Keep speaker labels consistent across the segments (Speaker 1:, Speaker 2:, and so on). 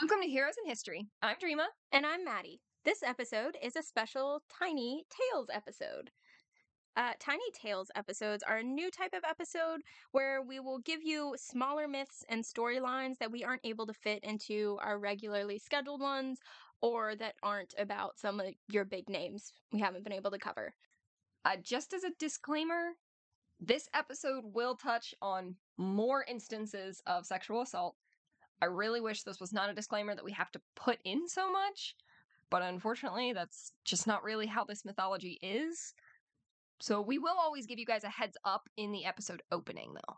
Speaker 1: Welcome to Heroes in History. I'm Dreema.
Speaker 2: And I'm Maddie. This episode is a special Tiny Tales episode. Uh, Tiny Tales episodes are a new type of episode where we will give you smaller myths and storylines that we aren't able to fit into our regularly scheduled ones or that aren't about some of your big names we haven't been able to cover.
Speaker 1: Uh, just as a disclaimer, this episode will touch on more instances of sexual assault. I really wish this was not a disclaimer that we have to put in so much, but unfortunately, that's just not really how this mythology is. So we will always give you guys a heads up in the episode opening, though.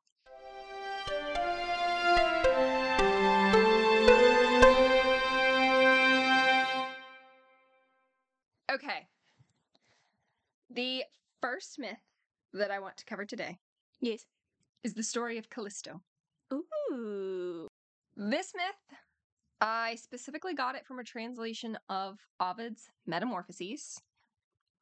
Speaker 1: Okay. The first myth that I want to cover today
Speaker 2: Yes.
Speaker 1: is the story of Callisto.
Speaker 2: Ooh.
Speaker 1: This myth, I specifically got it from a translation of Ovid's Metamorphoses.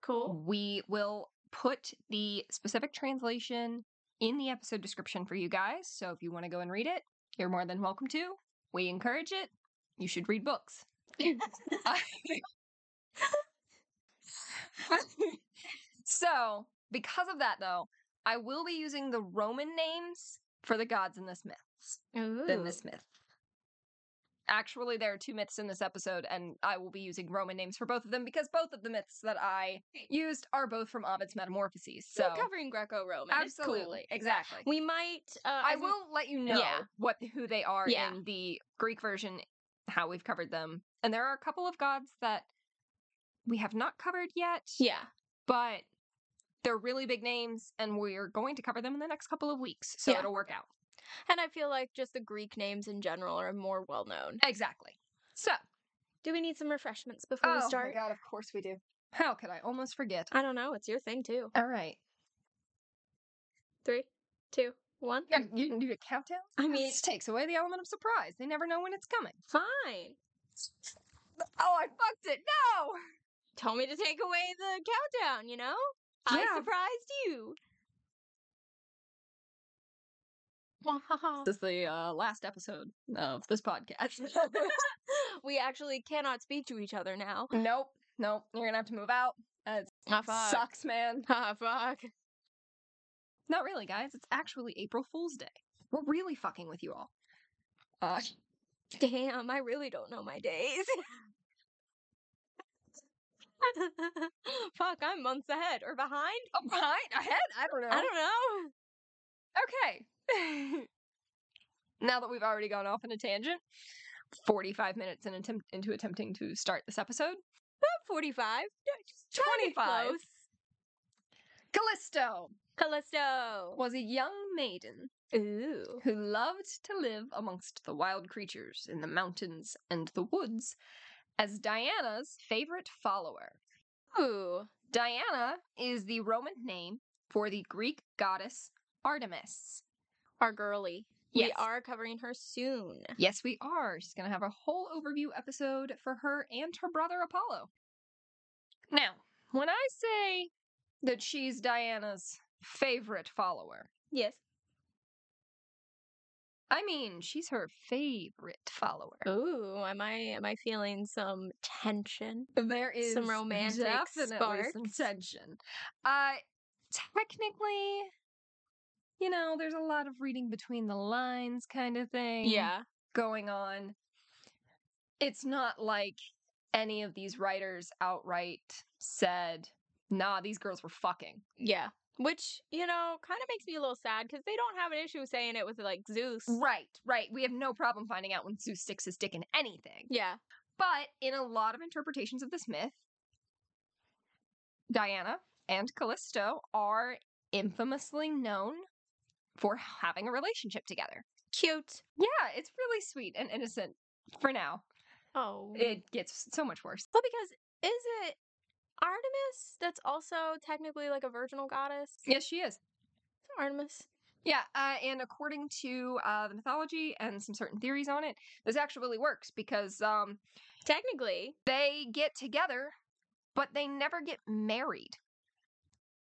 Speaker 2: Cool.
Speaker 1: We will put the specific translation in the episode description for you guys. So if you want to go and read it, you're more than welcome to. We encourage it. You should read books. so, because of that, though, I will be using the Roman names for the gods in this myth.
Speaker 2: Ooh.
Speaker 1: Than this myth. Actually, there are two myths in this episode, and I will be using Roman names for both of them because both of the myths that I used are both from Ovid's Metamorphoses. So,
Speaker 2: We're covering Greco-Roman. It's cool.
Speaker 1: absolutely, exactly.
Speaker 2: We might. Uh,
Speaker 1: I
Speaker 2: as we-
Speaker 1: will let you know
Speaker 2: Yeah.
Speaker 1: what who they are
Speaker 2: Yeah.
Speaker 1: in the Greek version, how we've covered them, and there are a couple of gods that we have not covered yet,
Speaker 2: Yeah.
Speaker 1: but they're really big names, and we're going to cover them in the next couple of weeks, so
Speaker 2: Yeah.
Speaker 1: it'll work out
Speaker 2: And I feel like just the Greek names in general are more well known.
Speaker 1: exactly. So,
Speaker 2: Do we need some refreshments before we start?
Speaker 1: Oh god, of course we do. How could I almost forget?
Speaker 2: I don't know. It's your thing too.
Speaker 1: All right,
Speaker 2: Three, two, one.
Speaker 1: yeah, you can do a countdown.
Speaker 2: I mean,
Speaker 1: this takes away the element of surprise. They never know when it's coming.
Speaker 2: fine.
Speaker 1: Oh, I fucked it. No.
Speaker 2: Told me to take away the countdown. You know, I
Speaker 1: Yeah.
Speaker 2: surprised you.
Speaker 1: This is the uh, last episode of this podcast.
Speaker 2: we actually cannot speak to each other now.
Speaker 1: nope, nope. You're gonna have to move out. Uh, it
Speaker 2: Ah, fuck.
Speaker 1: sucks, man.
Speaker 2: Ah, fuck.
Speaker 1: Not really, guys. It's actually April Fool's Day. We're really fucking with you all. Uh,
Speaker 2: Damn, I really don't know my days. fuck, I'm months ahead or behind.
Speaker 1: oh, behind, ahead. I don't know.
Speaker 2: I don't know.
Speaker 1: Okay. now that we've already gone off on a tangent, 45 minutes in attempt- into attempting to start this episode,
Speaker 2: Not 45. No, just try to get
Speaker 1: 25.
Speaker 2: close.
Speaker 1: Callisto
Speaker 2: Callisto.
Speaker 1: was a young maiden
Speaker 2: Ooh.
Speaker 1: who loved to live amongst the wild creatures in the mountains and the woods as Diana's favorite follower.
Speaker 2: Ooh.
Speaker 1: Diana is the Roman name for the Greek goddess Artemis.
Speaker 2: Our girly.
Speaker 1: Yes.
Speaker 2: We are covering her soon.
Speaker 1: Yes, we are. She's going to have a whole overview episode for her and her brother Apollo. Now, when I say that she's Diana's favorite follower,
Speaker 2: Yes.
Speaker 1: I mean she's her favorite follower.
Speaker 2: Oh, Ooh, am I am I feeling some tension?
Speaker 1: There is
Speaker 2: Some romantic
Speaker 1: definitely some
Speaker 2: sparks.
Speaker 1: tension. Uh, technically, you know, there's a lot of reading between the lines kind of thing.
Speaker 2: Yeah.
Speaker 1: going on. It's not like any of these writers outright said, nah, these girls were fucking.
Speaker 2: Yeah. Which, you know, kind of makes me a little sad because they don't have an issue saying it with like Zeus.
Speaker 1: Right, right. We have no problem finding out when Zeus sticks his dick in anything.
Speaker 2: Yeah.
Speaker 1: But in a lot of interpretations of this myth, Diana and Callisto are infamously known for having a relationship together.
Speaker 2: Cute.
Speaker 1: Yeah, it's really sweet and innocent for now.
Speaker 2: Oh.
Speaker 1: It gets so much worse.
Speaker 2: well, because is it Artemis that's also technically like a virginal goddess?
Speaker 1: Yes, she is.
Speaker 2: Artemis.
Speaker 1: Yeah, uh, and according to uh, the mythology and some certain theories on it, this actually works because um,
Speaker 2: Technically.
Speaker 1: they get together, but they never get married.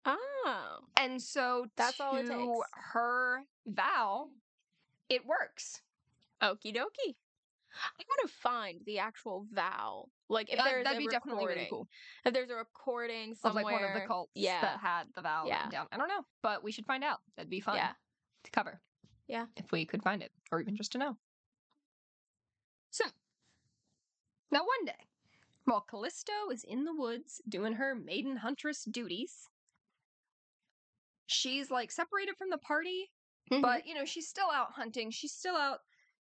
Speaker 2: Oh.
Speaker 1: And so,
Speaker 2: That's
Speaker 1: to
Speaker 2: all it takes.
Speaker 1: her vow, it works.
Speaker 2: Okie dokie. I want to find the actual vow. Like if
Speaker 1: That-
Speaker 2: there's
Speaker 1: Uh, that'd
Speaker 2: a
Speaker 1: be
Speaker 2: recording,
Speaker 1: definitely really cool.
Speaker 2: if there's a recording
Speaker 1: Of
Speaker 2: somewhere,
Speaker 1: like one of the cults
Speaker 2: Yeah.
Speaker 1: that had the vowel
Speaker 2: Yeah.
Speaker 1: written down. I don't know, but we should find out. That'd be fun
Speaker 2: Yeah.
Speaker 1: to cover.
Speaker 2: Yeah.
Speaker 1: If we could find it, or even just to know. So, now one day, while Callisto is in the woods doing her maiden huntress duties, she's like separated from the party
Speaker 2: Mhm.
Speaker 1: but you know she's still out hunting she's still out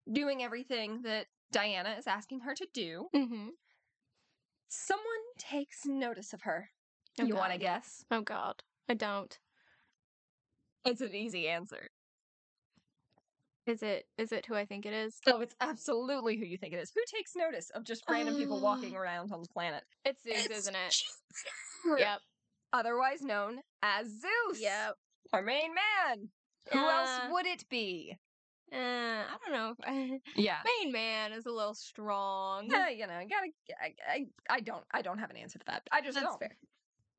Speaker 1: doing everything that diana is asking her to do
Speaker 2: Mhm.
Speaker 1: someone takes notice of her
Speaker 2: Oh,
Speaker 1: you want to
Speaker 2: God.
Speaker 1: guess
Speaker 2: Oh God, I don't.
Speaker 1: it's an easy answer
Speaker 2: Is it? Is it who I think it is?
Speaker 1: oh it's absolutely who you think it is who takes notice of just random people
Speaker 2: Uh,
Speaker 1: walking around on the planet
Speaker 2: It's Zeus,
Speaker 1: It's
Speaker 2: isn't it?
Speaker 1: Jupiter!
Speaker 2: Yep.
Speaker 1: otherwise known as zeus
Speaker 2: Yep.
Speaker 1: our main man who
Speaker 2: Uh,
Speaker 1: else would it be
Speaker 2: Uh, I don't know. if-
Speaker 1: yeah
Speaker 2: Main man is a little strong.
Speaker 1: yeah, you know, gotta. I, I, I don't. I don't have an answer to that. I just
Speaker 2: That's
Speaker 1: don't.
Speaker 2: fair.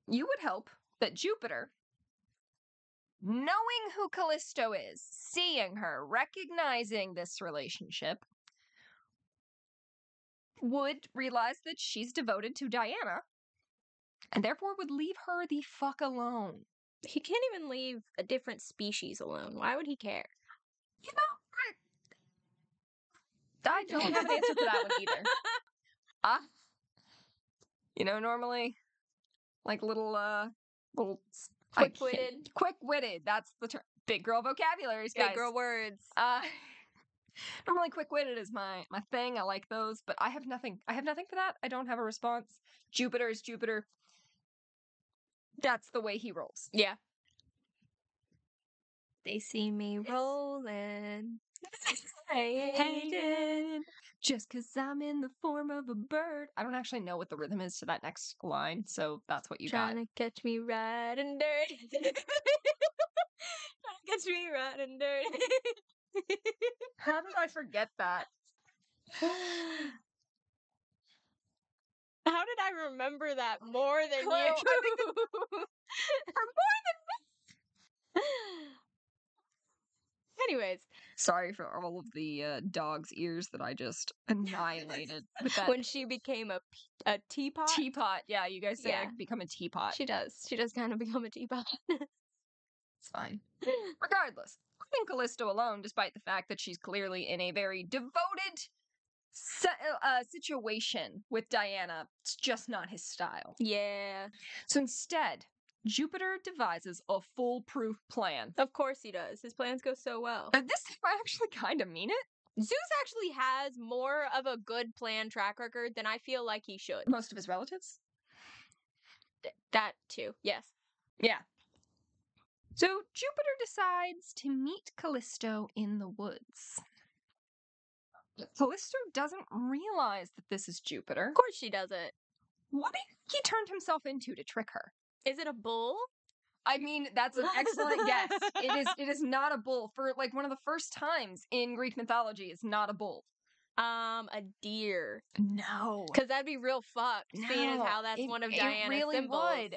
Speaker 1: You would hope that Jupiter, knowing who Callisto is, seeing her, recognizing this relationship, would realize that she's devoted to Diana, and therefore would leave her the fuck alone.
Speaker 2: He can't even leave a different species alone. Why would he care?
Speaker 1: You know, I, I don't have an answer to that one either. Ah, you know, normally, like little, uh, little s- I can't-
Speaker 2: Quick-witted.
Speaker 1: quick-witted. That's the term. Big girl vocabularies, guys.
Speaker 2: Big girl words.
Speaker 1: Uh, normally, quick-witted is my my thing. I like those, but I have nothing. I have nothing for that. I don't have a response. Jupiter is Jupiter. That's the way he rolls.
Speaker 2: Yeah. They see me rolling.
Speaker 1: Hated. Just because I'm in the form of a bird. I don't actually know what the rhythm is to that next line, so that's what you
Speaker 2: trying
Speaker 1: got.
Speaker 2: to catch me right and dirty. trying to catch me right and dirty.
Speaker 1: How did I forget that?
Speaker 2: How did I remember that more than
Speaker 1: Well, I
Speaker 2: you? Anyways,
Speaker 1: Sorry for all of the uh, dog's ears that I just annihilated with that
Speaker 2: when she became a, p- a teapot,
Speaker 1: teapot. Yeah, you guys say I
Speaker 2: Yeah.
Speaker 1: become a teapot.
Speaker 2: she does. She does kind of become a teapot.
Speaker 1: It's fine. Regardless, leaving Callisto alone, despite the fact that she's clearly in a very devoted si- uh, situation with Diana, it's just not his style.
Speaker 2: yeah,
Speaker 1: So instead, Jupiter devises a foolproof plan.
Speaker 2: of course he does. His plans go so well.
Speaker 1: And this time I actually kind of mean it.
Speaker 2: Zeus actually has more of a good plan track record than I feel like he should.
Speaker 1: Most of his relatives?
Speaker 2: Th- That too. Yes.
Speaker 1: Yeah. So Jupiter decides to meet Callisto in the woods. Callisto doesn't realize that this is Jupiter.
Speaker 2: Of course she doesn't.
Speaker 1: What do you think he turned himself into to trick her?
Speaker 2: Is it a bull?
Speaker 1: I mean, that's an excellent guess. It is it is not a bull. For like one of the first times in Greek mythology, it's not a bull.
Speaker 2: Um, a deer.
Speaker 1: No.
Speaker 2: Because that'd be real fucked, seeing as
Speaker 1: No,
Speaker 2: how that's
Speaker 1: it-
Speaker 2: one of
Speaker 1: it
Speaker 2: Diana's
Speaker 1: really
Speaker 2: symbols.
Speaker 1: would.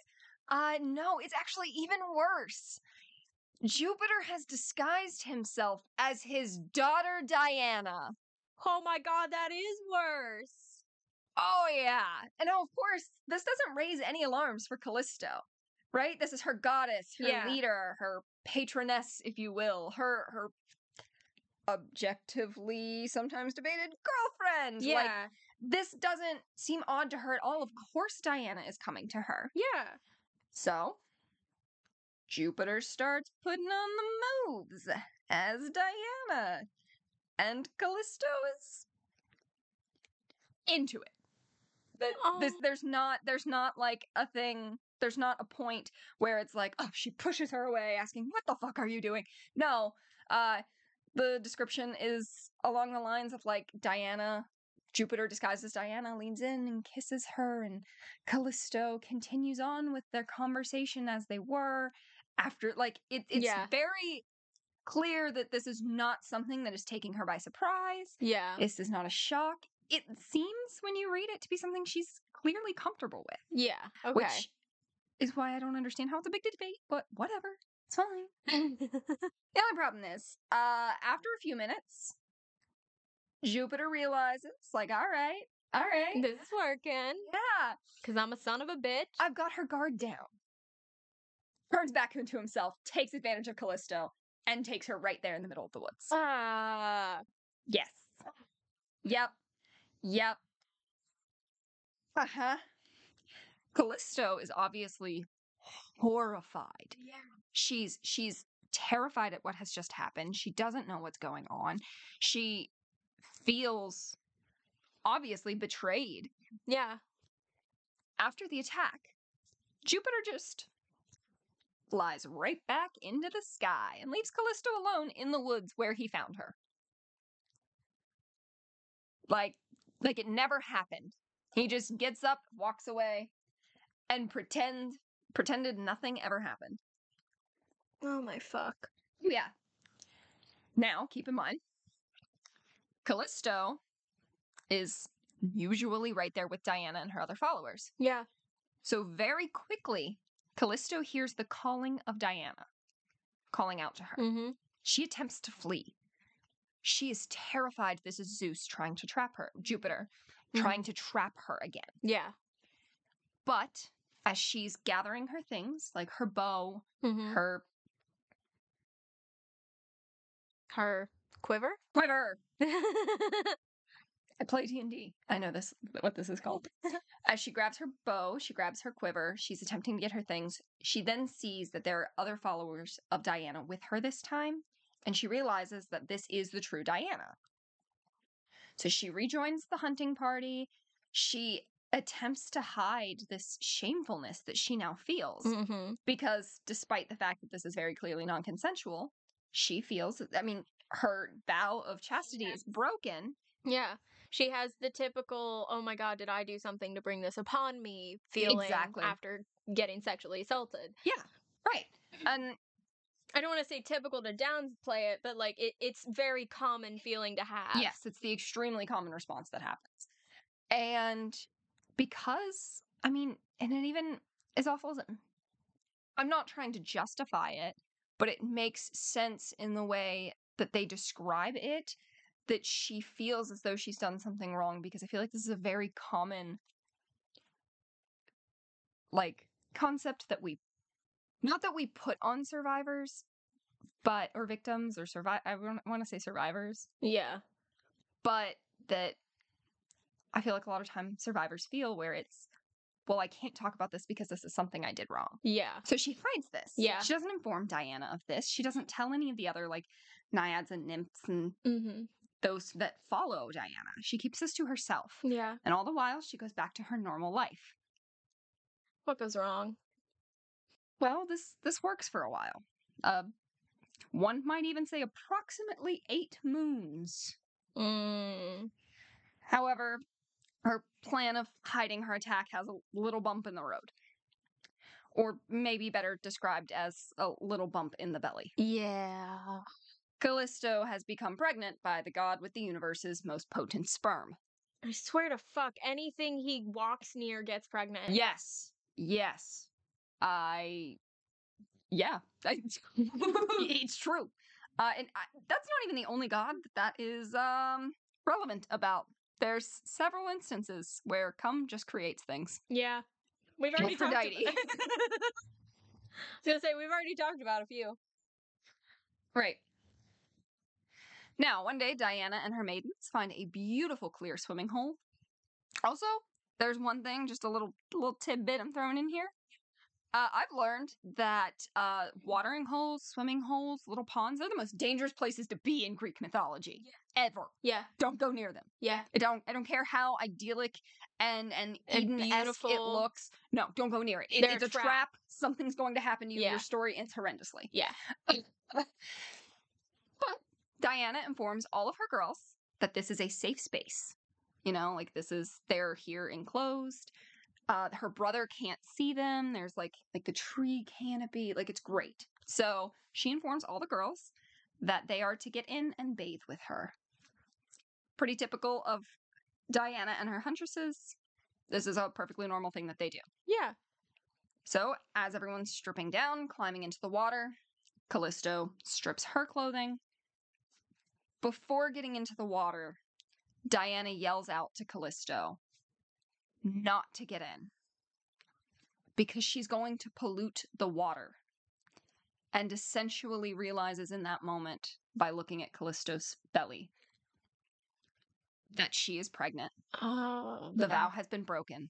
Speaker 1: Uh, no, it's actually even worse. Jupiter has disguised himself as his daughter Diana.
Speaker 2: Oh my god, that is worse.
Speaker 1: Oh, yeah. And now, of course, this doesn't raise any alarms for Callisto, right? This is her goddess, her
Speaker 2: Yeah.
Speaker 1: leader, her patroness, if you will, her, her objectively sometimes debated girlfriend.
Speaker 2: Yeah,
Speaker 1: Like, this doesn't seem odd to her at all. Of course, Diana is coming to her.
Speaker 2: yeah.
Speaker 1: So, Jupiter starts putting on the moves as Diana, and Callisto is into it. That this,
Speaker 2: Oh.
Speaker 1: there's not there's not like a thing. There's not a point where it's like, oh, she pushes her away, asking, "What the fuck are you doing?" No, uh, the description is along the lines of like Diana. Jupiter disguises Diana, leans in and kisses her, and Callisto continues on with their conversation as they were after like it, it's
Speaker 2: Yeah.
Speaker 1: very clear that this is not something that is taking her by surprise.
Speaker 2: Yeah.
Speaker 1: This is not a shock. It seems when you read it to be something she's clearly comfortable with,
Speaker 2: Yeah. Okay.
Speaker 1: which is why I don't understand how it's a big debate, but whatever. It's fine. The only problem is, uh, after a few minutes, Jupiter realizes, like, all right, all right.
Speaker 2: This is working.
Speaker 1: Yeah.
Speaker 2: Because I'm a son of a bitch.
Speaker 1: I've got her guard down. Turns back into himself, takes advantage of Callisto, and takes her right there in the middle of the woods.
Speaker 2: Uh, Ah.
Speaker 1: Yes. Yep. Yep. Uh huh. Callisto is obviously horrified.
Speaker 2: yeah.
Speaker 1: She's she's terrified at what has just happened. She doesn't know what's going on. She feels obviously betrayed
Speaker 2: Yeah.
Speaker 1: after the attack, Jupiter just flies right back into the sky and leaves Callisto alone in the woods where he found her. Like like it never happened. He just gets up, walks away, and pretends pretended nothing ever happened.
Speaker 2: Oh my fuck.
Speaker 1: Yeah. Now, keep in mind, Callisto is usually right there with Diana and her other followers.
Speaker 2: Yeah.
Speaker 1: So very quickly, Callisto hears the calling of Diana, calling out to her.
Speaker 2: Mm-hmm.
Speaker 1: She attempts to flee. She is terrified this is Zeus trying to trap her, Jupiter
Speaker 2: Mhm.
Speaker 1: trying to trap her again.
Speaker 2: Yeah.
Speaker 1: But as she's gathering her things, like her bow,
Speaker 2: Mm-hmm. Her,
Speaker 1: her
Speaker 2: quiver.
Speaker 1: quiver, I play D&D. I know this what this is called. As she grabs her bow, she grabs her quiver, she's attempting to get her things. She then sees that there are other followers of Diana with her this time, and she realizes that this is the true Diana. So she rejoins the hunting party. She attempts to hide this shamefulness that she now feels
Speaker 2: mm-hmm.
Speaker 1: because despite the fact that this is very clearly non-consensual, she feels I mean her vow of chastity is broken
Speaker 2: Yeah. She has the typical, oh my god, did I do something to bring this upon me feeling
Speaker 1: Exactly.
Speaker 2: after getting sexually assaulted.
Speaker 1: Right. And
Speaker 2: I don't want to say typical to downplay it, but like it, it's very common feeling to have.
Speaker 1: yes, it's the extremely common response that happens. And because, I mean, and it even, as awful as it, I'm not trying to justify it, but it makes sense in the way that they describe it that she feels as though she's done something wrong because I feel like this is a very common, like, concept that we, not that we put on survivors, but, or victims or survive, I want to say survivors,
Speaker 2: Yeah.
Speaker 1: but that I feel like a lot of time survivors feel where it's, well, I can't talk about this because this is something I did wrong.
Speaker 2: Yeah.
Speaker 1: So she hides this.
Speaker 2: Yeah.
Speaker 1: She doesn't inform Diana of this. She doesn't tell any of the other like naiads and nymphs and
Speaker 2: Mm-hmm.
Speaker 1: those that follow Diana. She keeps this to herself.
Speaker 2: Yeah.
Speaker 1: And all the while she goes back to her normal life.
Speaker 2: What goes wrong?
Speaker 1: Well, this this works for a while. Uh, one might even say approximately eight moons.
Speaker 2: Mm.
Speaker 1: However, her plan of hiding her attack has a little bump in the road. Or maybe better described as a little bump in the belly.
Speaker 2: Yeah.
Speaker 1: Callisto has become pregnant by the god with the universe's most potent sperm.
Speaker 2: I swear to fuck, anything he walks near gets pregnant.
Speaker 1: Yes. Yes. I. Yeah. I- it's true. Uh, and I, that's not even the only god that that is um, relevant about. There's several instances where cum just creates things.
Speaker 2: Yeah. We've already talked about
Speaker 1: Aphrodite.
Speaker 2: I was gonna say we've already talked about a few.
Speaker 1: Right. Now, one day, Diana and her maidens find a beautiful, clear swimming hole. Also, there's one thing, just a little little tidbit I'm throwing in here. Uh, I've learned that uh, watering holes, swimming holes, little ponds, they're the most dangerous places to be in Greek mythology ever.
Speaker 2: Yeah,
Speaker 1: Don't go near them.
Speaker 2: yeah.
Speaker 1: I don't I don't care how idyllic and and
Speaker 2: And
Speaker 1: Eden it
Speaker 2: beautiful.
Speaker 1: looks. No, don't go near it. It-
Speaker 2: They're
Speaker 1: it's
Speaker 2: a
Speaker 1: a trap.
Speaker 2: trap.
Speaker 1: Something's going to happen to you.
Speaker 2: Yeah.
Speaker 1: Your story ends horrendously.
Speaker 2: Yeah.
Speaker 1: but Diana informs all of her girls that this is a safe space. You know, like this is they're here enclosed. Uh, her brother can't see them. There's like like the tree canopy. Like it's great. So she informs all the girls that they are to get in and bathe with her. Pretty typical of Diana and her huntresses. This is a perfectly normal thing that they do.
Speaker 2: Yeah.
Speaker 1: So, as everyone's stripping down, climbing into the water, Callisto strips her clothing. Before getting into the water, Diana yells out to Callisto not to get in because she's going to pollute the water and essentially realizes in that moment by looking at Callisto's belly that she is pregnant.
Speaker 2: Oh,
Speaker 1: The vow has been broken.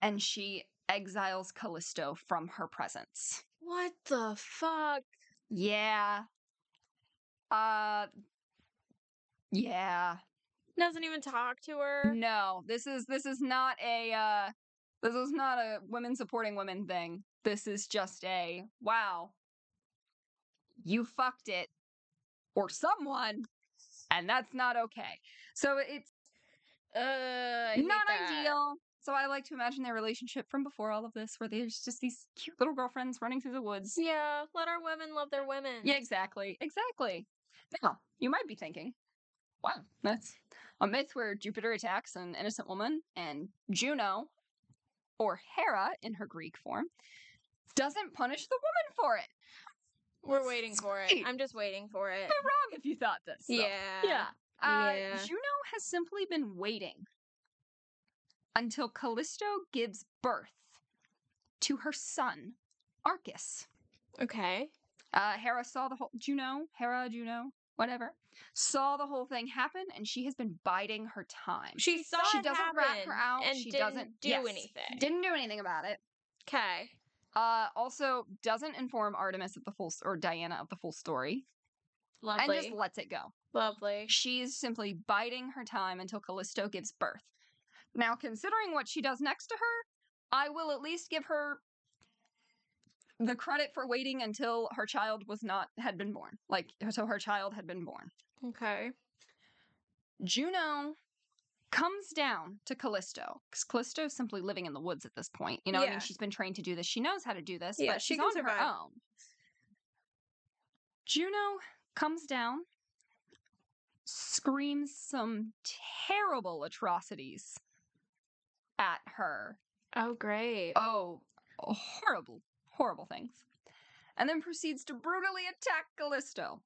Speaker 1: And she exiles Callisto from her presence.
Speaker 2: What the fuck?
Speaker 1: Yeah. Uh Yeah.
Speaker 2: Doesn't even talk to her.
Speaker 1: No, this is this is not a uh this is not a women supporting women thing. This is just a wow. You fucked it or someone and that's not okay. So it's
Speaker 2: Uh, I hate
Speaker 1: not
Speaker 2: that.
Speaker 1: ideal. So I like to imagine their relationship from before all of this where there's just these cute little girlfriends running through the woods.
Speaker 2: Yeah, let our women love their women.
Speaker 1: Yeah, exactly. Exactly. Now, you might be thinking, wow, that's a myth where Jupiter attacks an innocent woman and Juno, or Hera in her Greek form, doesn't punish the woman for it.
Speaker 2: We're waiting for it.
Speaker 1: Sweet.
Speaker 2: I'm just waiting for it.
Speaker 1: You're wrong if you thought this. though.
Speaker 2: Yeah.
Speaker 1: Yeah. Uh,
Speaker 2: Yeah.
Speaker 1: Juno has simply been waiting until Callisto gives birth to her son, Arcus.
Speaker 2: Okay.
Speaker 1: Uh, Hera saw the whole Juno, Hera, Juno, whatever, saw the whole thing happen, and she has been biding her time.
Speaker 2: She saw
Speaker 1: She
Speaker 2: it
Speaker 1: doesn't
Speaker 2: happen
Speaker 1: rat her out,
Speaker 2: and
Speaker 1: she
Speaker 2: didn't
Speaker 1: doesn't-
Speaker 2: do
Speaker 1: yes.
Speaker 2: anything.
Speaker 1: Didn't do anything about it.
Speaker 2: Okay.
Speaker 1: Uh, also doesn't inform Artemis of the full s- or Diana of the full story,
Speaker 2: Lovely.
Speaker 1: and just lets it go.
Speaker 2: Lovely.
Speaker 1: She is simply biding her time until Callisto gives birth. Now, considering what she does next to her, I will at least give her the credit for waiting until her child was not had been born. Like, so her child had been born.
Speaker 2: Okay.
Speaker 1: Juno comes down to Callisto because Callisto is simply living in the woods at this point. You know, what I
Speaker 2: Yeah.
Speaker 1: mean, she's been trained to do this. She knows how to do this,
Speaker 2: Yeah,
Speaker 1: but
Speaker 2: she
Speaker 1: she's
Speaker 2: can
Speaker 1: on
Speaker 2: survive.
Speaker 1: her own. Juno comes down, screams some terrible atrocities at her.
Speaker 2: Oh, great.
Speaker 1: Oh, horrible, horrible things. And then proceeds to brutally attack Callisto.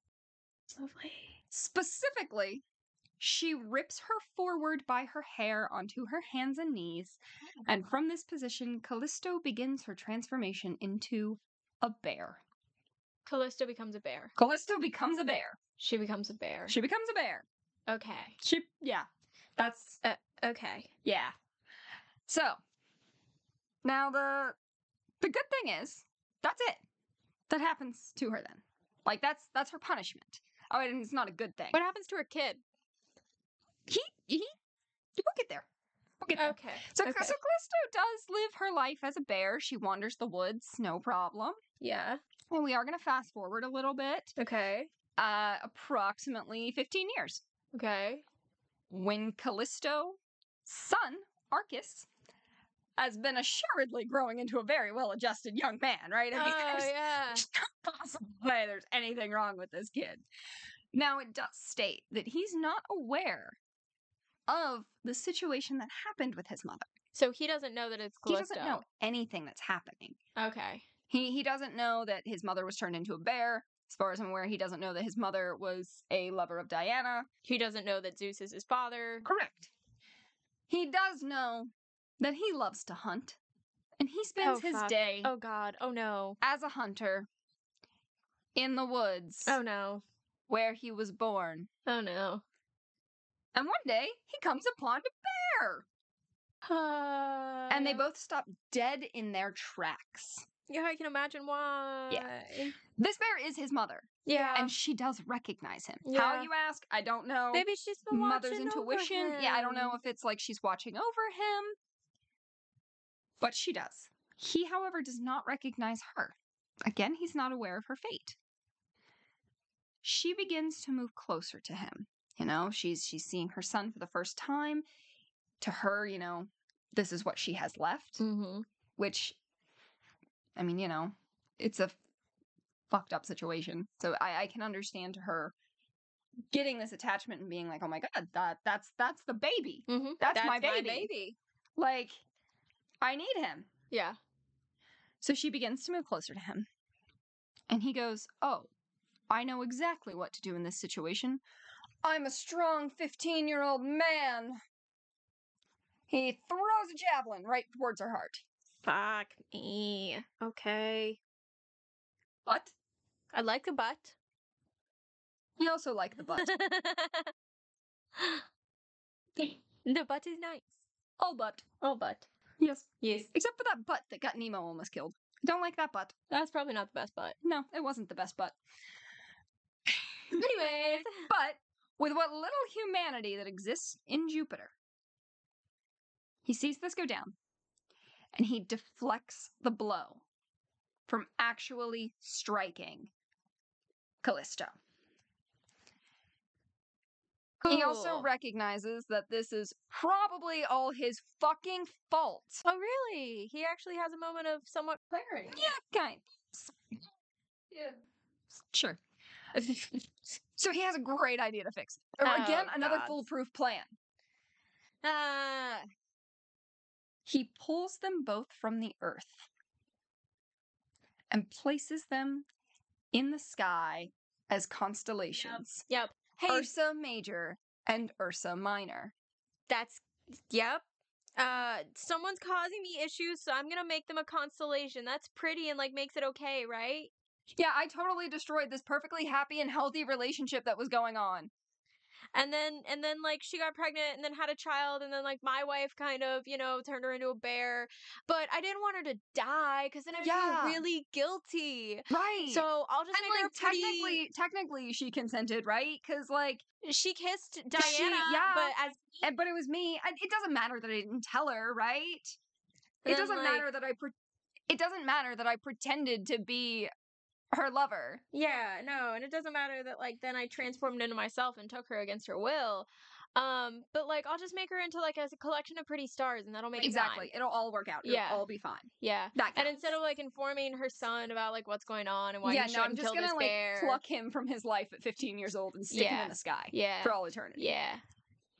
Speaker 2: Lovely.
Speaker 1: Specifically, she rips her forward by her hair onto her hands and knees, and from this position, Callisto begins her transformation into a bear.
Speaker 2: Callisto becomes a bear.
Speaker 1: Callisto becomes a bear.
Speaker 2: She becomes a bear.
Speaker 1: She becomes a bear.
Speaker 2: okay.
Speaker 1: She, yeah. That's, uh,
Speaker 2: Okay.
Speaker 1: yeah. So, now the the good thing is that's it. That happens to her then. Like that's that's her punishment. Oh, and it's not a good thing.
Speaker 2: What happens to her kid?
Speaker 1: he he we'll get there. We'll get there.
Speaker 2: Okay.
Speaker 1: So,
Speaker 2: okay.
Speaker 1: so Callisto does live her life as a bear. She wanders the woods, no problem.
Speaker 2: yeah.
Speaker 1: And we are going to fast forward a little bit,
Speaker 2: Okay.
Speaker 1: uh, approximately 15 years,
Speaker 2: Okay.
Speaker 1: when Callisto's son, Arcus, has been assuredly growing into a very well adjusted young man, right? I mean,
Speaker 2: oh,
Speaker 1: there's
Speaker 2: yeah.
Speaker 1: there's no possible way there's anything wrong with this kid. Now, it does state that he's not aware of the situation that happened with his mother.
Speaker 2: So he doesn't know that it's
Speaker 1: He
Speaker 2: Callisto.
Speaker 1: doesn't know anything that's happening.
Speaker 2: Okay.
Speaker 1: He he doesn't know that his mother was turned into a bear. As far as I'm aware, he doesn't know that his mother was a lover of Diana.
Speaker 2: He doesn't know that Zeus is his father.
Speaker 1: Correct. He does know that he loves to hunt, and he spends
Speaker 2: Oh,
Speaker 1: his
Speaker 2: fuck.
Speaker 1: day
Speaker 2: Oh, God. Oh, no.
Speaker 1: as a hunter in the woods
Speaker 2: Oh, no.
Speaker 1: where he was born.
Speaker 2: Oh, no.
Speaker 1: And one day he comes upon a bear,
Speaker 2: Uh,
Speaker 1: and they both stop dead in their tracks.
Speaker 2: Yeah, I can imagine why.
Speaker 1: This bear is his mother,
Speaker 2: Yeah.
Speaker 1: and she does recognize him. How
Speaker 2: Oh. Yeah.
Speaker 1: you ask? I don't know.
Speaker 2: Maybe she's been
Speaker 1: mother's
Speaker 2: watching
Speaker 1: intuition.
Speaker 2: Over
Speaker 1: Yeah, I don't know
Speaker 2: him.
Speaker 1: if it's like she's watching over him, but she does. He, however, does not recognize her. Again, he's not aware of her fate. She begins to move closer to him. You know, she's she's seeing her son for the first time. To her, you know, this is what she has left,
Speaker 2: Mhm.
Speaker 1: which I mean, you know, it's a fucked up situation. So I, I can understand her getting this attachment and being like, "Oh my god, that that's that's the baby.
Speaker 2: Mhm.
Speaker 1: That's, my, baby. Like, I need him."
Speaker 2: Yeah.
Speaker 1: So she begins to move closer to him, and he goes, "Oh, I know exactly what to do in this situation. I'm a strong 15 year old man. He throws a javelin right towards her heart.
Speaker 2: Fuck me. Okay.
Speaker 1: But
Speaker 2: I like the butt.
Speaker 1: he also liked the butt.
Speaker 2: the butt is nice.
Speaker 1: All butt.
Speaker 2: Oh, butt.
Speaker 1: Yes.
Speaker 2: Yes.
Speaker 1: Except for that butt that got Nemo almost killed. I don't like that butt.
Speaker 2: That's probably not the best butt.
Speaker 1: No, it wasn't the best butt.
Speaker 2: Anyways.
Speaker 1: But with what little humanity that exists in Jupiter, he sees this go down and he deflects the blow from actually striking Callisto. He also
Speaker 2: Cool.
Speaker 1: recognizes that this is probably all his fucking fault.
Speaker 2: Oh, really? He actually has a moment of somewhat clarity.
Speaker 1: Yeah, kind.
Speaker 2: Yeah.
Speaker 1: Sure. so he has a great idea to fix it. Or
Speaker 2: Oh,
Speaker 1: Again, another
Speaker 2: God.
Speaker 1: foolproof plan.
Speaker 2: Ah.
Speaker 1: He pulls them both from the earth and places them in the sky as constellations
Speaker 2: yep. Hey,
Speaker 1: Ursa Major and Ursa Minor.
Speaker 2: that's yep. Uh, someone's causing me issues, so I'm gonna make them a constellation. That's pretty and like makes it okay, right?
Speaker 1: Yeah, I totally destroyed this perfectly happy and healthy relationship that was going on.
Speaker 2: And then and then like she got pregnant and then had a child and then like my wife kind of you know turned her into a bear, but I didn't want her to die because then I
Speaker 1: Yeah.
Speaker 2: feel really guilty.
Speaker 1: Right. So,
Speaker 2: So I'll
Speaker 1: and
Speaker 2: just make her
Speaker 1: like
Speaker 2: a pretty-
Speaker 1: technically, technically she consented, right? Because like,
Speaker 2: she kissed Diana,
Speaker 1: yeah.
Speaker 2: but as
Speaker 1: And- but it was me. And it doesn't matter that I didn't tell her, right?
Speaker 2: Then,
Speaker 1: it doesn't
Speaker 2: like-
Speaker 1: matter that I pre- it doesn't matter that I pretended to be her lover.
Speaker 2: Yeah, no, and it doesn't matter that like then I transformed into myself and took her against her will. Um, but like I'll just make her into like a collection of pretty stars and that'll make it mine.
Speaker 1: Exactly. It'll all work out. It'll
Speaker 2: Yeah.
Speaker 1: all be fine.
Speaker 2: Yeah.
Speaker 1: That
Speaker 2: And
Speaker 1: counts.
Speaker 2: instead of like informing her son about like what's going on and why
Speaker 1: yeah,
Speaker 2: he
Speaker 1: no,
Speaker 2: shouldn't
Speaker 1: I'm just
Speaker 2: kill
Speaker 1: gonna
Speaker 2: this
Speaker 1: like
Speaker 2: bear.
Speaker 1: pluck him from his life at 15 years old and stick him
Speaker 2: Yeah.
Speaker 1: in the sky
Speaker 2: yeah.
Speaker 1: for all eternity.
Speaker 2: yeah.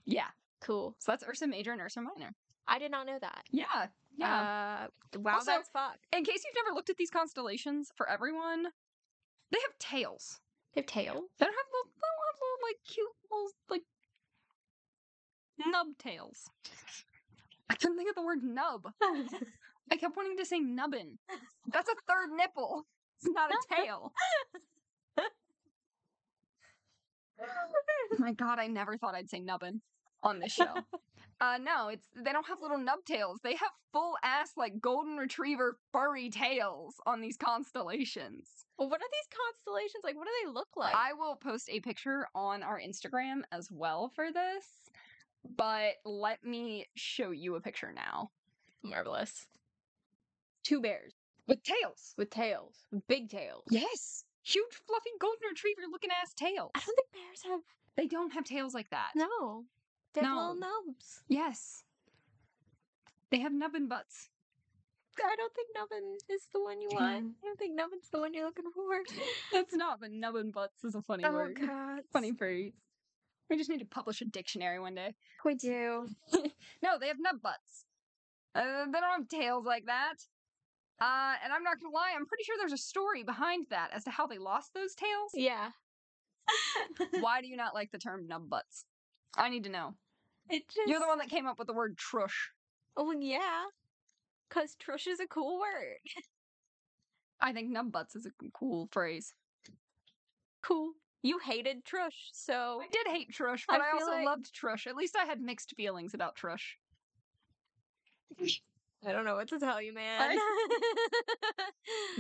Speaker 1: Yeah.
Speaker 2: Cool.
Speaker 1: So that's Ursa Major and Ursa Minor.
Speaker 2: I did not know that.
Speaker 1: Yeah. Yeah.
Speaker 2: Uh, wow,
Speaker 1: Also-
Speaker 2: that's fucked.
Speaker 1: in case you've never looked at these constellations, for everyone, they have tails.
Speaker 2: Their tail.
Speaker 1: They don't have little, they don't have little like cute little like nub tails. I couldn't think of the word nub. I kept wanting to say nubbin. That's a third nipple. It's not a tail. Oh My God, I never thought I'd say nubbin on this show. Uh, no, it's they don't have little nub tails. They have full ass like golden retriever furry tails on these constellations.
Speaker 2: well, what are these constellations like? What do they look like?
Speaker 1: I will post a picture on our Instagram as well for this, but let me show you a picture now
Speaker 2: Marvelous. Two bears
Speaker 1: with tails.
Speaker 2: with tails, big tails.
Speaker 1: Yes, huge fluffy golden retriever looking ass tail.
Speaker 2: I don't think bears have
Speaker 1: They don't have tails like that.
Speaker 2: No. They're little nubs.
Speaker 1: Yes, they have nubbin butts.
Speaker 2: I don't think nubbin is the one you want. I don't think nubbin's the one you're looking for.
Speaker 1: That's not, but nubbin butts is a funny
Speaker 2: Oh,
Speaker 1: word.
Speaker 2: god.
Speaker 1: Funny phrase. We just need to publish a dictionary one day.
Speaker 2: We do.
Speaker 1: No, they have nub butts. Uh, they don't have tails like that. Uh, and I'm not gonna lie, I'm pretty sure there's a story behind that as to how they lost those tails.
Speaker 2: Yeah.
Speaker 1: Why do you not like the term nub butts? I need to know.
Speaker 2: It just
Speaker 1: You're the one that came up with the word trush.
Speaker 2: Oh yeah. Cause trush is a cool word.
Speaker 1: I think nub butts is a cool phrase.
Speaker 2: Cool. You hated trush, so
Speaker 1: I did hate trush, but
Speaker 2: I
Speaker 1: I,
Speaker 2: feel
Speaker 1: also
Speaker 2: like-
Speaker 1: loved trush. At least I had mixed feelings about trush.
Speaker 2: I don't know what to tell you, man.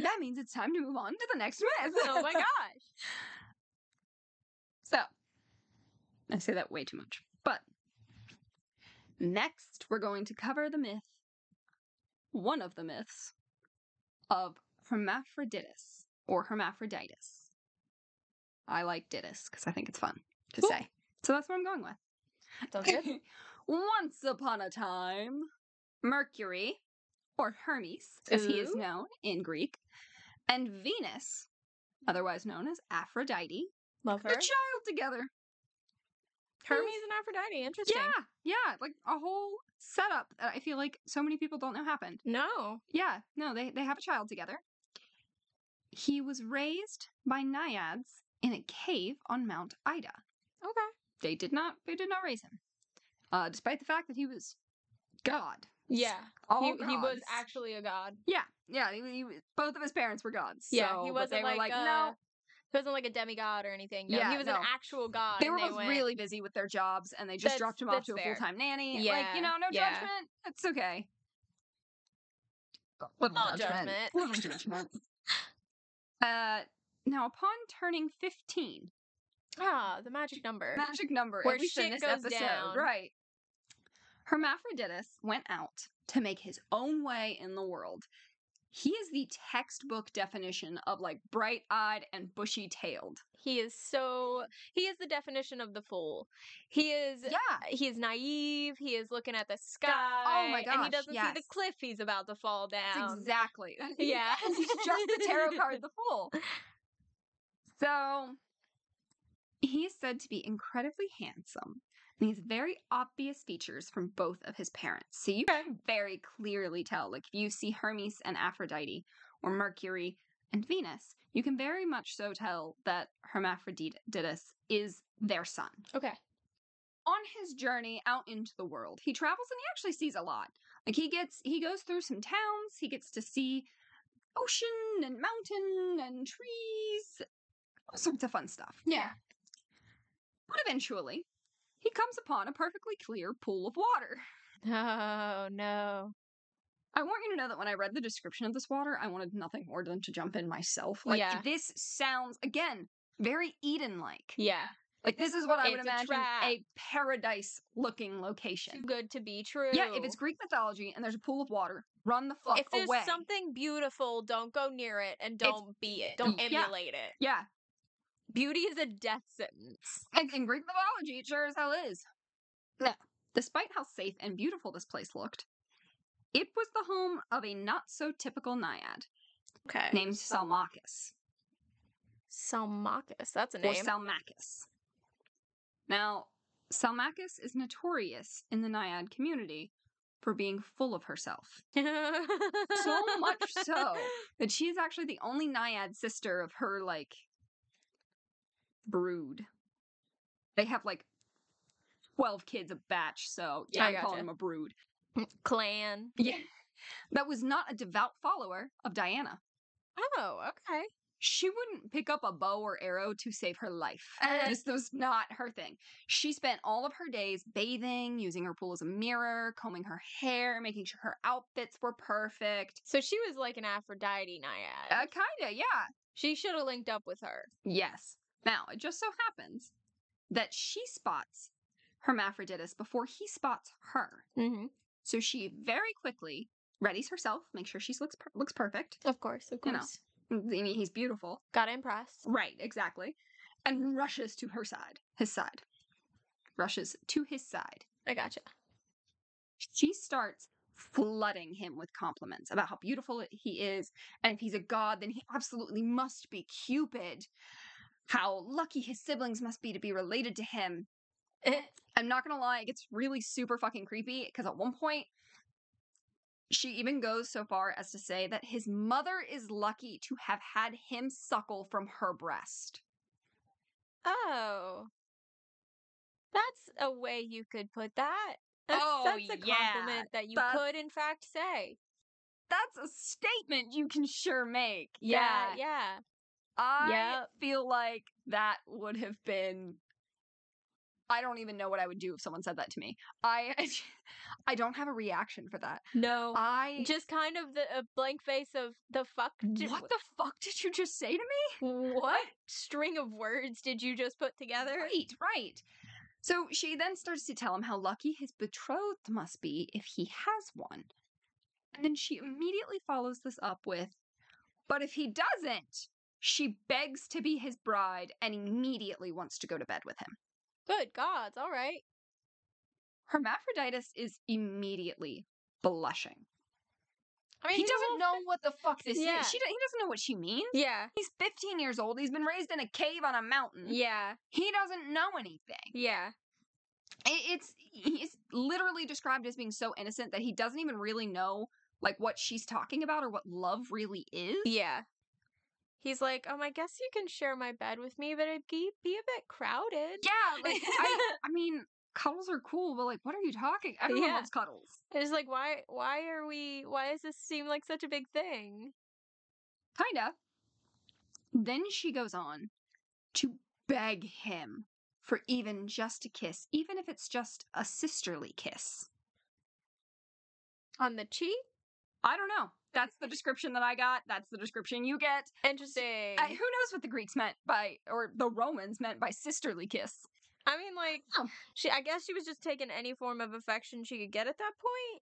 Speaker 1: That means it's time to move on to the next myth.
Speaker 2: oh my gosh.
Speaker 1: So, I say that way too much. But next, we're going to cover the myth, one of the myths of Hermaphroditus or Hermaphroditus. I like Didis because I think it's fun to
Speaker 2: Cool.
Speaker 1: say. So that's what I'm going with.
Speaker 2: Sounds
Speaker 1: Once upon a time, Mercury, or Hermes, as he is
Speaker 2: Ooh.
Speaker 1: known in Greek, and Venus, otherwise known as Aphrodite,
Speaker 2: Love her.
Speaker 1: had a child together.
Speaker 2: Hermes and Aphrodite. Interesting.
Speaker 1: Yeah, yeah, like a whole setup that I feel like so many people don't know happened.
Speaker 2: No.
Speaker 1: Yeah, no, they they have a child together. He was raised by naiads in a cave on Mount Ida.
Speaker 2: Okay.
Speaker 1: they did not they did not raise him, uh, despite the fact that he was God.
Speaker 2: Yeah.
Speaker 1: All
Speaker 2: He, he was
Speaker 1: gods.
Speaker 2: actually a god.
Speaker 1: yeah yeah. He, he, both of his parents were gods.
Speaker 2: Yeah,
Speaker 1: so,
Speaker 2: he
Speaker 1: but
Speaker 2: wasn't
Speaker 1: they were
Speaker 2: like,
Speaker 1: like
Speaker 2: uh,
Speaker 1: no.
Speaker 2: He wasn't like a demigod or anything. No,
Speaker 1: Yeah,
Speaker 2: he was an
Speaker 1: no.
Speaker 2: actual god.
Speaker 1: They
Speaker 2: and
Speaker 1: were both
Speaker 2: went-
Speaker 1: really busy with their jobs, and they just
Speaker 2: That's-
Speaker 1: dropped him off
Speaker 2: that's
Speaker 1: to a
Speaker 2: fair.
Speaker 1: full time nanny. like
Speaker 2: Yeah,
Speaker 1: you know, no
Speaker 2: yeah.
Speaker 1: judgment. It's okay. Little
Speaker 2: Little judgment.
Speaker 1: Little judgment. uh, now upon turning fifteen,
Speaker 2: ah the magic number.
Speaker 1: magic number
Speaker 2: Where
Speaker 1: at least in
Speaker 2: shit
Speaker 1: this
Speaker 2: goes
Speaker 1: episode,
Speaker 2: down.
Speaker 1: right? Hermaphroditus went out to make his own way in the world. He is the textbook definition of like bright eyed and bushy tailed.
Speaker 2: He is so he is the definition of the fool. He is
Speaker 1: Yeah,
Speaker 2: he is naive. He is looking at the sky.
Speaker 1: Oh my
Speaker 2: And he
Speaker 1: gosh,
Speaker 2: doesn't see the
Speaker 1: yes.
Speaker 2: cliff he's about to fall
Speaker 1: that's
Speaker 2: down.
Speaker 1: exactly.
Speaker 2: Yeah.
Speaker 1: He's just the tarot card, the fool. So he is said to be incredibly handsome. And he has very obvious features from both of his parents. So you can very clearly tell. Like if you see Hermes and Aphrodite or Mercury and Venus, you can very much so tell that Hermaphroditus is their son.
Speaker 2: Okay.
Speaker 1: On his journey out into the world, he travels and he actually sees a lot. Like he gets he goes through some towns, he gets to see ocean and mountain and trees, all sorts of fun stuff.
Speaker 2: Yeah.
Speaker 1: But eventually, he comes upon a perfectly clear pool of water.
Speaker 2: Oh no.
Speaker 1: I want you to know that when I read the description of this water, I wanted nothing more than to jump in myself. Like
Speaker 2: Yeah.
Speaker 1: this sounds again very Eden-like.
Speaker 2: Yeah.
Speaker 1: Like this is what I would
Speaker 2: It's a
Speaker 1: imagine
Speaker 2: trap.
Speaker 1: a paradise-looking location.
Speaker 2: Too good to be true.
Speaker 1: Yeah, if it's Greek mythology and there's a pool of water, run the fuck
Speaker 2: if there's
Speaker 1: away.
Speaker 2: something beautiful, don't go near it and
Speaker 1: It's-
Speaker 2: don't be it. Don't
Speaker 1: Yeah.
Speaker 2: emulate it.
Speaker 1: yeah,
Speaker 2: Beauty is a death sentence.
Speaker 1: In, in Greek mythology, it sure as hell is. Now, despite how safe and beautiful this place looked, it was the home of a not so typical naiad
Speaker 2: Okay.
Speaker 1: named Salmachus
Speaker 2: Salmachus. That's a
Speaker 1: or
Speaker 2: name.
Speaker 1: Salmachus. Now, Salmachus is notorious in the naiad community for being full of herself, so much so that she is actually the only naiad sister of her like brood. They have like twelve kids a batch, so
Speaker 2: Yeah, I
Speaker 1: I'm calling
Speaker 2: gotcha.
Speaker 1: them a brood.
Speaker 2: Clan.
Speaker 1: Yeah. That was not a devout follower of Diana.
Speaker 2: Oh, okay.
Speaker 1: She wouldn't pick up a bow or arrow to save her life.
Speaker 2: Uh.
Speaker 1: this was not her thing. She spent all of her days bathing, using her pool as a mirror, combing her hair, making sure her outfits were perfect.
Speaker 2: So she was like an Aphrodite naiad.
Speaker 1: Uh, kinda, yeah.
Speaker 2: She should have linked up with her.
Speaker 1: Yes. Now, it just so happens that she spots Hermaphroditus before he spots her.
Speaker 2: Mm-hmm.
Speaker 1: So she very quickly readies herself, makes sure she looks per- looks perfect.
Speaker 2: Of course, of
Speaker 1: You know. I mean, he's beautiful.
Speaker 2: Gotta impress.
Speaker 1: Right, exactly. And rushes to her side, his side. Rushes to his side.
Speaker 2: I gotcha.
Speaker 1: She starts flooding him with compliments about how beautiful he is. And if he's a god, then he absolutely must be Cupid. How lucky his siblings must be to be related to him. I'm not gonna lie, it gets really super fucking creepy because at one point, she even goes so far as to say that his mother is lucky to have had him suckle from her breast.
Speaker 2: oh. That's a way you could put that. That's,
Speaker 1: Oh,
Speaker 2: that's a
Speaker 1: yeah.
Speaker 2: compliment that you
Speaker 1: That's-
Speaker 2: could, in fact, say.
Speaker 1: that's a statement you can sure make.
Speaker 2: Yeah, yeah.
Speaker 1: I
Speaker 2: Yep.
Speaker 1: feel like that would have been I don't even know what I would do if someone said that to me. I I don't have a reaction for that.
Speaker 2: No.
Speaker 1: I
Speaker 2: just kind of the a blank face of the fuck. Did,
Speaker 1: what the fuck did you just say to me?
Speaker 2: what string of words did you just put together?
Speaker 1: Right, right. So she then starts to tell him how lucky his betrothed must be if he has one. And then she immediately follows this up with, but if he doesn't, she begs to be his bride and immediately wants to go to bed with him.
Speaker 2: Good gods. All right.
Speaker 1: Hermaphroditus is immediately blushing.
Speaker 2: I
Speaker 1: He
Speaker 2: who
Speaker 1: doesn't
Speaker 2: else-
Speaker 1: know what the fuck this
Speaker 2: Yeah.
Speaker 1: is. She, do- he doesn't know what she means.
Speaker 2: Yeah.
Speaker 1: He's 15 years old. He's been raised in a cave on a mountain.
Speaker 2: Yeah.
Speaker 1: He doesn't know anything.
Speaker 2: Yeah.
Speaker 1: it- it's he's literally described as being so innocent that he doesn't even really know like what she's talking about or what love really is
Speaker 2: Yeah. He's like, um, I guess you can share my bed with me, but it'd be, be a bit crowded.
Speaker 1: Yeah, like I, I mean, cuddles are cool, but like, what are you talking? Everyone
Speaker 2: Yeah.
Speaker 1: loves cuddles.
Speaker 2: And it's like, why why are we why does this seem like such a big thing?
Speaker 1: Kinda. Then she goes on to beg him for even just a kiss, even if it's just a sisterly kiss.
Speaker 2: On the cheek?
Speaker 1: I don't know. That's the description that I got. That's the description you get.
Speaker 2: Interesting.
Speaker 1: I, who knows what the Greeks meant by, or the Romans meant by sisterly kiss?
Speaker 2: I mean like
Speaker 1: Oh.
Speaker 2: she I guess she was just taking any form of affection she could get at that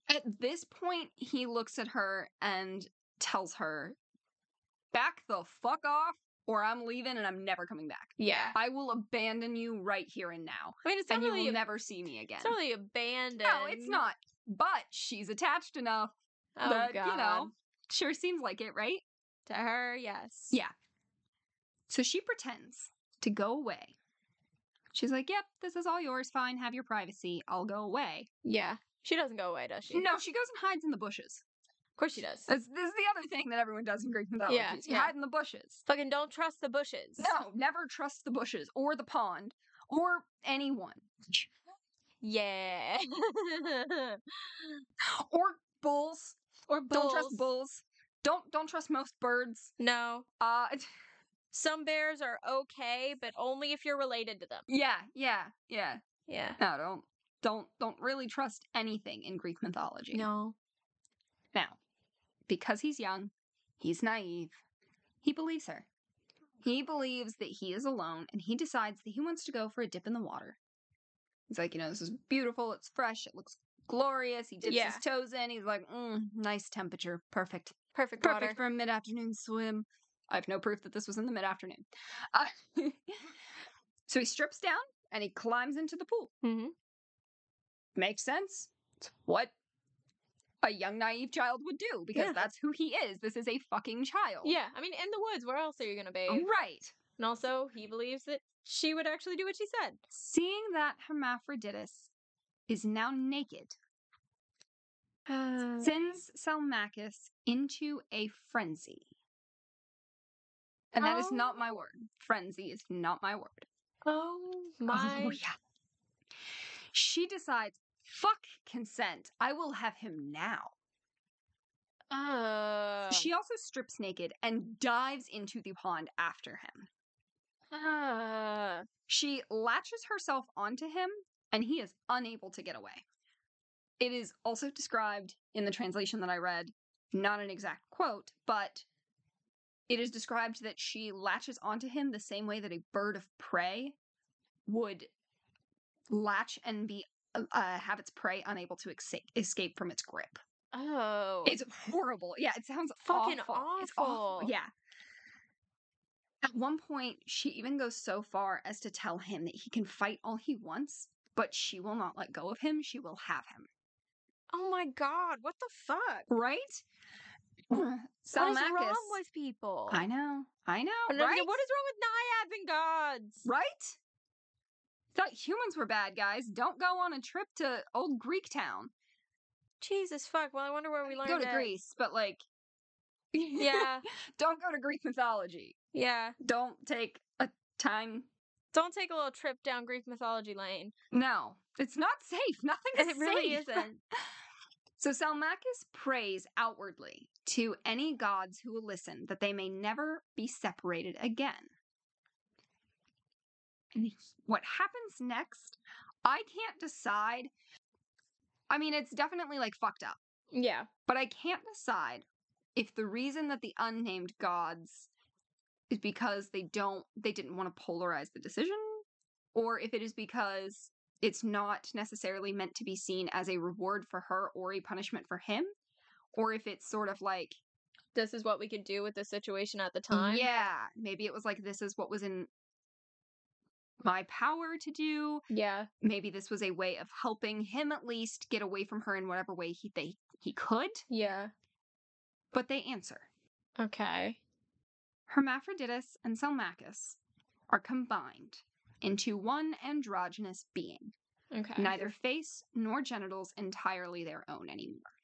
Speaker 2: point.
Speaker 1: At this point, he looks at her and tells her, back the fuck off, or I'm leaving and I'm never coming back.
Speaker 2: Yeah.
Speaker 1: I will abandon you right here and now,
Speaker 2: I mean it's not
Speaker 1: and you
Speaker 2: really
Speaker 1: will
Speaker 2: ab-
Speaker 1: never see me again.
Speaker 2: it's not really abandoned.
Speaker 1: No, it's not. But she's attached enough.
Speaker 2: Oh
Speaker 1: that,
Speaker 2: god.
Speaker 1: You know, sure seems like it, right?
Speaker 2: To her, yes.
Speaker 1: Yeah. So she pretends to go away. She's like, "Yep, this is all yours. Fine, have your privacy. I'll go away."
Speaker 2: Yeah. She doesn't go away, does she?
Speaker 1: No, she goes and hides in the bushes.
Speaker 2: Of course she does.
Speaker 1: That's, this is the other thing that everyone does in Greek mythology.
Speaker 2: Yeah,
Speaker 1: is you
Speaker 2: yeah.
Speaker 1: hide in the bushes.
Speaker 2: Fucking don't trust the bushes.
Speaker 1: No, never trust the bushes or the pond or anyone
Speaker 2: Yeah.
Speaker 1: or bulls.
Speaker 2: or
Speaker 1: Don't trust bulls. Don't don't trust most birds.
Speaker 2: No.
Speaker 1: Uh,
Speaker 2: Some bears are okay, but only if you're related to them.
Speaker 1: yeah, yeah, yeah.
Speaker 2: Yeah.
Speaker 1: No, don't don't don't really trust anything in Greek mythology.
Speaker 2: No.
Speaker 1: Now, because he's young, he's naive. He believes her. He believes that he is alone and he decides that he wants to go for a dip in the water. He's like, you know, this is beautiful, it's fresh, it looks glorious. He dips
Speaker 2: Yeah.
Speaker 1: his toes in. He's like, mm, nice temperature, perfect.
Speaker 2: Perfect,
Speaker 1: Perfect
Speaker 2: water.
Speaker 1: for a mid afternoon swim. I have no proof that this was in the mid afternoon. Uh, so he strips down and he climbs into the pool.
Speaker 2: Mm-hmm.
Speaker 1: makes sense. It's what a young naive child would do because
Speaker 2: Yeah.
Speaker 1: that's who he is. This is a fucking child.
Speaker 2: Yeah, I mean, in the woods, where else are you gonna bathe?
Speaker 1: Right.
Speaker 2: And also, he believes that she would actually do what she said.
Speaker 1: Seeing that Hermaphroditus is now naked Uh, sends Salmachus into a frenzy. And that is
Speaker 2: Oh.
Speaker 1: not my word. Frenzy is not my word.
Speaker 2: oh my!
Speaker 1: Oh, yeah. She decides, fuck consent. I will have him now.
Speaker 2: Uh,
Speaker 1: She also strips naked and dives into the pond after him.
Speaker 2: uh,
Speaker 1: She latches herself onto him, and he is unable to get away. It is also described in the translation that I read, not an exact quote, but it is described that she latches onto him the same way that a bird of prey would latch and be uh, uh, have its prey unable to exa- escape from its grip.
Speaker 2: oh,
Speaker 1: It's horrible. Yeah, it sounds
Speaker 2: Fucking
Speaker 1: awful. It's awful.
Speaker 2: awful.
Speaker 1: Yeah. At one point, she even goes so far as to tell him that he can fight all he wants, but she will not let go of him. She will have him.
Speaker 2: oh my god! What the fuck?
Speaker 1: Right?
Speaker 2: What is
Speaker 1: Salmachus-
Speaker 2: wrong with people?
Speaker 1: I know. I know.
Speaker 2: And
Speaker 1: right?
Speaker 2: everything- Oh, What is wrong with naiads and gods?
Speaker 1: right? Thought humans were bad guys. Don't go on a trip to old Greek town.
Speaker 2: Jesus fuck! Well, I wonder where we learned
Speaker 1: Go to
Speaker 2: it.
Speaker 1: Greece, but like,
Speaker 2: Yeah,
Speaker 1: Don't go to Greek mythology.
Speaker 2: yeah.
Speaker 1: Don't take a time
Speaker 2: Don't take a little trip down Greek mythology lane.
Speaker 1: No, it's not safe. Nothing is
Speaker 2: It really
Speaker 1: safe.
Speaker 2: isn't.
Speaker 1: So Salmachus prays outwardly to any gods who will listen that they may never be separated again. And he- what happens next, I can't decide. I mean, it's definitely like fucked up,
Speaker 2: Yeah.
Speaker 1: but I can't decide if the reason that the unnamed gods is because they don't they didn't want to polarize the decision or if it is because it's not necessarily meant to be seen as a reward for her or a punishment for him or if it's sort of like
Speaker 2: This is what we could do with the situation at the time.
Speaker 1: yeah maybe it was like this is what was in my power to do
Speaker 2: Yeah.
Speaker 1: maybe this was a way of helping him at least get away from her in whatever way he they, he could
Speaker 2: Yeah.
Speaker 1: but they answer
Speaker 2: Okay.
Speaker 1: Hermaphroditus and Salmachus are combined into one androgynous being,
Speaker 2: Okay.
Speaker 1: neither face nor genitals entirely their own anymore.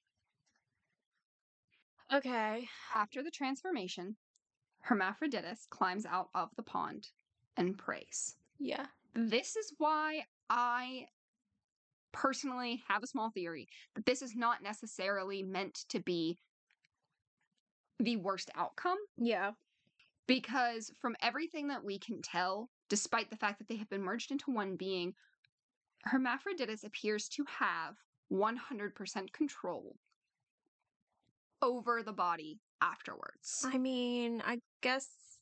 Speaker 2: Okay.
Speaker 1: After the transformation, Hermaphroditus climbs out of the pond and prays.
Speaker 2: Yeah.
Speaker 1: This is why I personally have a small theory that this is not necessarily meant to be the worst outcome
Speaker 2: Yeah.
Speaker 1: because from everything that we can tell, despite the fact that they have been merged into one being, Hermaphroditus appears to have 100% control over the body afterwards.
Speaker 2: I mean, I guess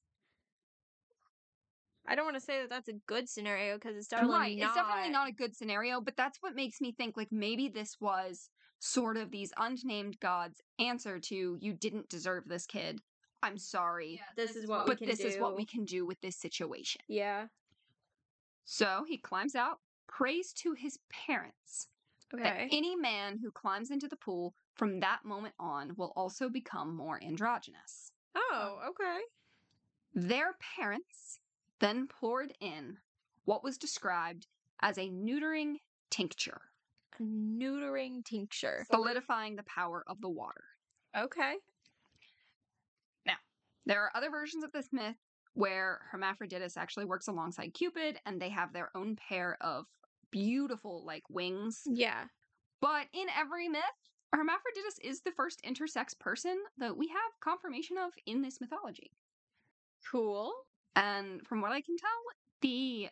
Speaker 2: I don't want to say that that's a good scenario because it's definitely
Speaker 1: right,
Speaker 2: not.
Speaker 1: it's definitely not a good scenario, but that's what makes me think like maybe this was sort of these unnamed gods' answer to you didn't deserve this kid. I'm sorry,
Speaker 2: This, is what.
Speaker 1: but
Speaker 2: we can
Speaker 1: this is what
Speaker 2: do.
Speaker 1: we can do with this situation.
Speaker 2: Yeah.
Speaker 1: So he climbs out, prays to his parents
Speaker 2: Okay.
Speaker 1: that any man who climbs into the pool from that moment on will also become more androgynous.
Speaker 2: oh. Okay.
Speaker 1: Their parents then poured in what was described as a neutering tincture,
Speaker 2: A neutering tincture.
Speaker 1: solidifying the power of the water.
Speaker 2: Okay.
Speaker 1: There are other versions of this myth where Hermaphroditus actually works alongside Cupid and they have their own pair of beautiful, like, wings.
Speaker 2: Yeah.
Speaker 1: But in every myth, Hermaphroditus is the first intersex person that we have confirmation of in this mythology.
Speaker 2: Cool.
Speaker 1: And from what I can tell, the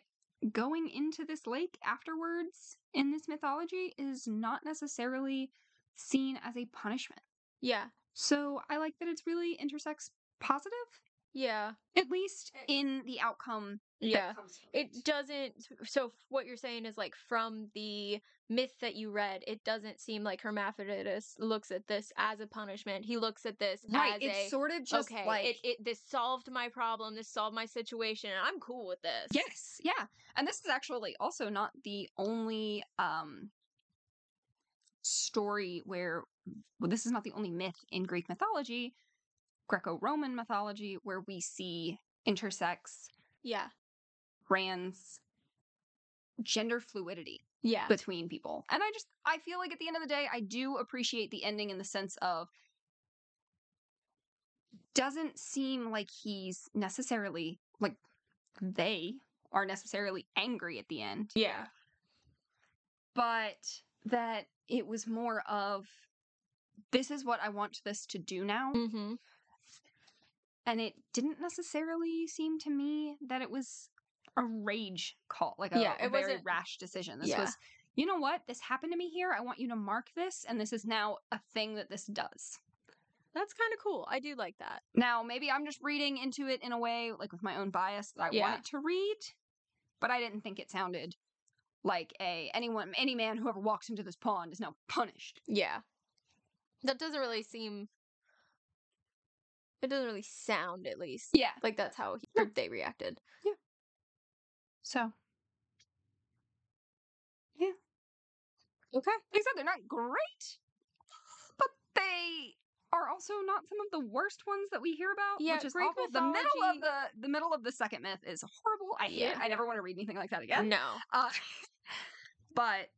Speaker 1: going into this lake afterwards in this mythology is not necessarily seen as a punishment.
Speaker 2: Yeah.
Speaker 1: So I like that it's really intersex positive,
Speaker 2: Yeah.
Speaker 1: at least in the outcome. that
Speaker 2: Yeah.
Speaker 1: comes from
Speaker 2: It doesn't. So f- what you're saying is like from the myth that you read, it doesn't seem like Hermaphroditus looks at this as a punishment. He looks at this
Speaker 1: right.
Speaker 2: as
Speaker 1: It's
Speaker 2: a
Speaker 1: sort of just
Speaker 2: okay,
Speaker 1: like
Speaker 2: it, it this solved my problem, this solved my situation, and I'm cool with this.
Speaker 1: Yes, yeah. And this is actually also not the only um story where well, this is not the only myth in Greek mythology, Greco-Roman mythology where we see intersex,
Speaker 2: Yeah.
Speaker 1: trans, gender fluidity
Speaker 2: Yeah.
Speaker 1: between people. And I just I feel like at the end of the day I do appreciate the ending in the sense of doesn't seem like he's necessarily like they are necessarily angry at the end,
Speaker 2: yeah.
Speaker 1: but that it was more of this is what I want this to do now.
Speaker 2: Mm-hmm.
Speaker 1: And it didn't necessarily seem to me that it was a rage call, like a,
Speaker 2: Yeah,
Speaker 1: a
Speaker 2: it
Speaker 1: very
Speaker 2: wasn't-
Speaker 1: rash decision. This
Speaker 2: Yeah.
Speaker 1: was, you know what? This happened to me here. I want you to mark this. And this is now a thing that this does.
Speaker 2: That's kind of cool. I do like that.
Speaker 1: Now, maybe I'm just reading into it in a way, like with my own bias that I
Speaker 2: Yeah.
Speaker 1: want it to read, but I didn't think it sounded like a anyone, any man, whoever walks into this pond is now punished.
Speaker 2: Yeah. That doesn't really seem it doesn't really sound at least.
Speaker 1: Yeah.
Speaker 2: Like that's how he,
Speaker 1: No.
Speaker 2: or they reacted.
Speaker 1: So
Speaker 2: Okay.
Speaker 1: like I said, they're not great, but they are also not some of the worst ones that we hear about.
Speaker 2: Yeah,
Speaker 1: which is
Speaker 2: Greek
Speaker 1: awful. The middle of
Speaker 2: mythology-
Speaker 1: the the middle of the second myth is horrible. I hate it.
Speaker 2: Yeah.
Speaker 1: I never want to read anything like that again.
Speaker 2: No.
Speaker 1: Uh, but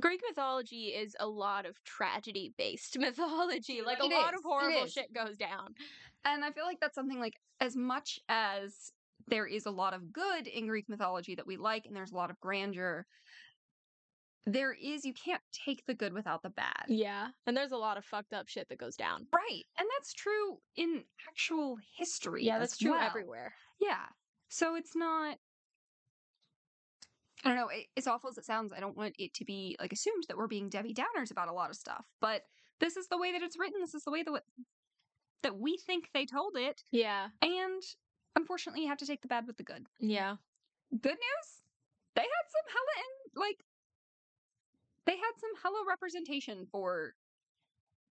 Speaker 2: Greek mythology is a lot of tragedy based mythology. Like a
Speaker 1: It
Speaker 2: lot
Speaker 1: is, it
Speaker 2: of horrible
Speaker 1: is.
Speaker 2: shit goes down.
Speaker 1: and I feel like that's something like as much as there is a lot of good in Greek mythology that we like, and there's a lot of grandeur. There is you can't take the good without the bad.
Speaker 2: Yeah. Uh, And there's a lot of fucked up shit that goes down.
Speaker 1: Right. And that's true in actual history.
Speaker 2: Yeah,
Speaker 1: as
Speaker 2: that's true
Speaker 1: well.
Speaker 2: everywhere.
Speaker 1: Yeah. So it's not. I don't know. It, as awful as it sounds, I don't want it to be like assumed that we're being Debbie Downers about a lot of stuff. But this is the way that it's written. This is the way that w- that we think they told it.
Speaker 2: Yeah.
Speaker 1: And unfortunately, you have to take the bad with the good.
Speaker 2: Yeah.
Speaker 1: Good news, they had some hella in like they had some hella representation for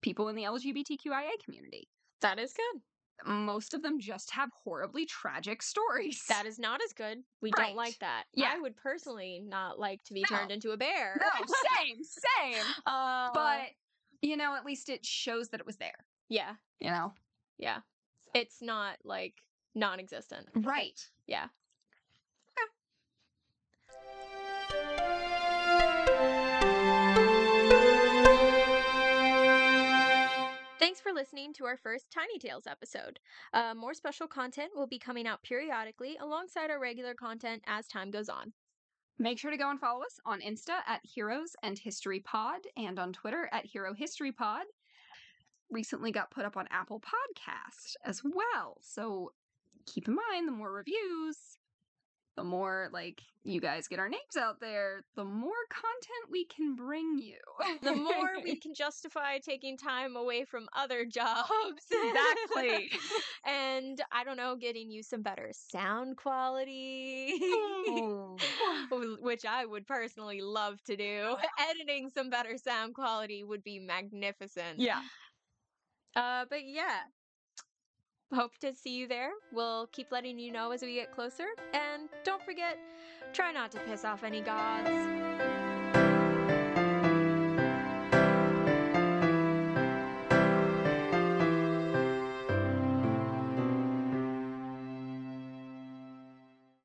Speaker 1: people in the LGBTQIA community.
Speaker 2: That is good.
Speaker 1: Most of them just have horribly tragic stories.
Speaker 2: That is not as good. We
Speaker 1: Right.
Speaker 2: don't like that.
Speaker 1: Yeah.
Speaker 2: I would personally not like to be
Speaker 1: No.
Speaker 2: turned into a bear.
Speaker 1: No, same, same.
Speaker 2: Uh,
Speaker 1: But you know, at least it shows that it was there.
Speaker 2: yeah,
Speaker 1: You know,
Speaker 2: yeah. It's not like non existent.
Speaker 1: right?
Speaker 2: Yeah. Thanks for listening to our first Tiny Tales episode. Uh, more special content will be coming out periodically alongside our regular content as time goes on.
Speaker 1: Make sure to go and follow us on Insta at Heroes and History Pod and on Twitter at Hero History Pod. Recently got put up on Apple Podcast as well. So keep in mind the more reviews, the more like you guys get our names out there, the more content we can bring you.
Speaker 2: The more we can justify taking time away from other jobs.
Speaker 1: Exactly.
Speaker 2: and I don't know, getting you some better sound quality. which I would personally love to do. Editing some better sound quality would be magnificent.
Speaker 1: yeah.
Speaker 2: Uh, but yeah, hope to see you there. We'll keep letting you know as we get closer. And don't forget, try not to piss off any gods.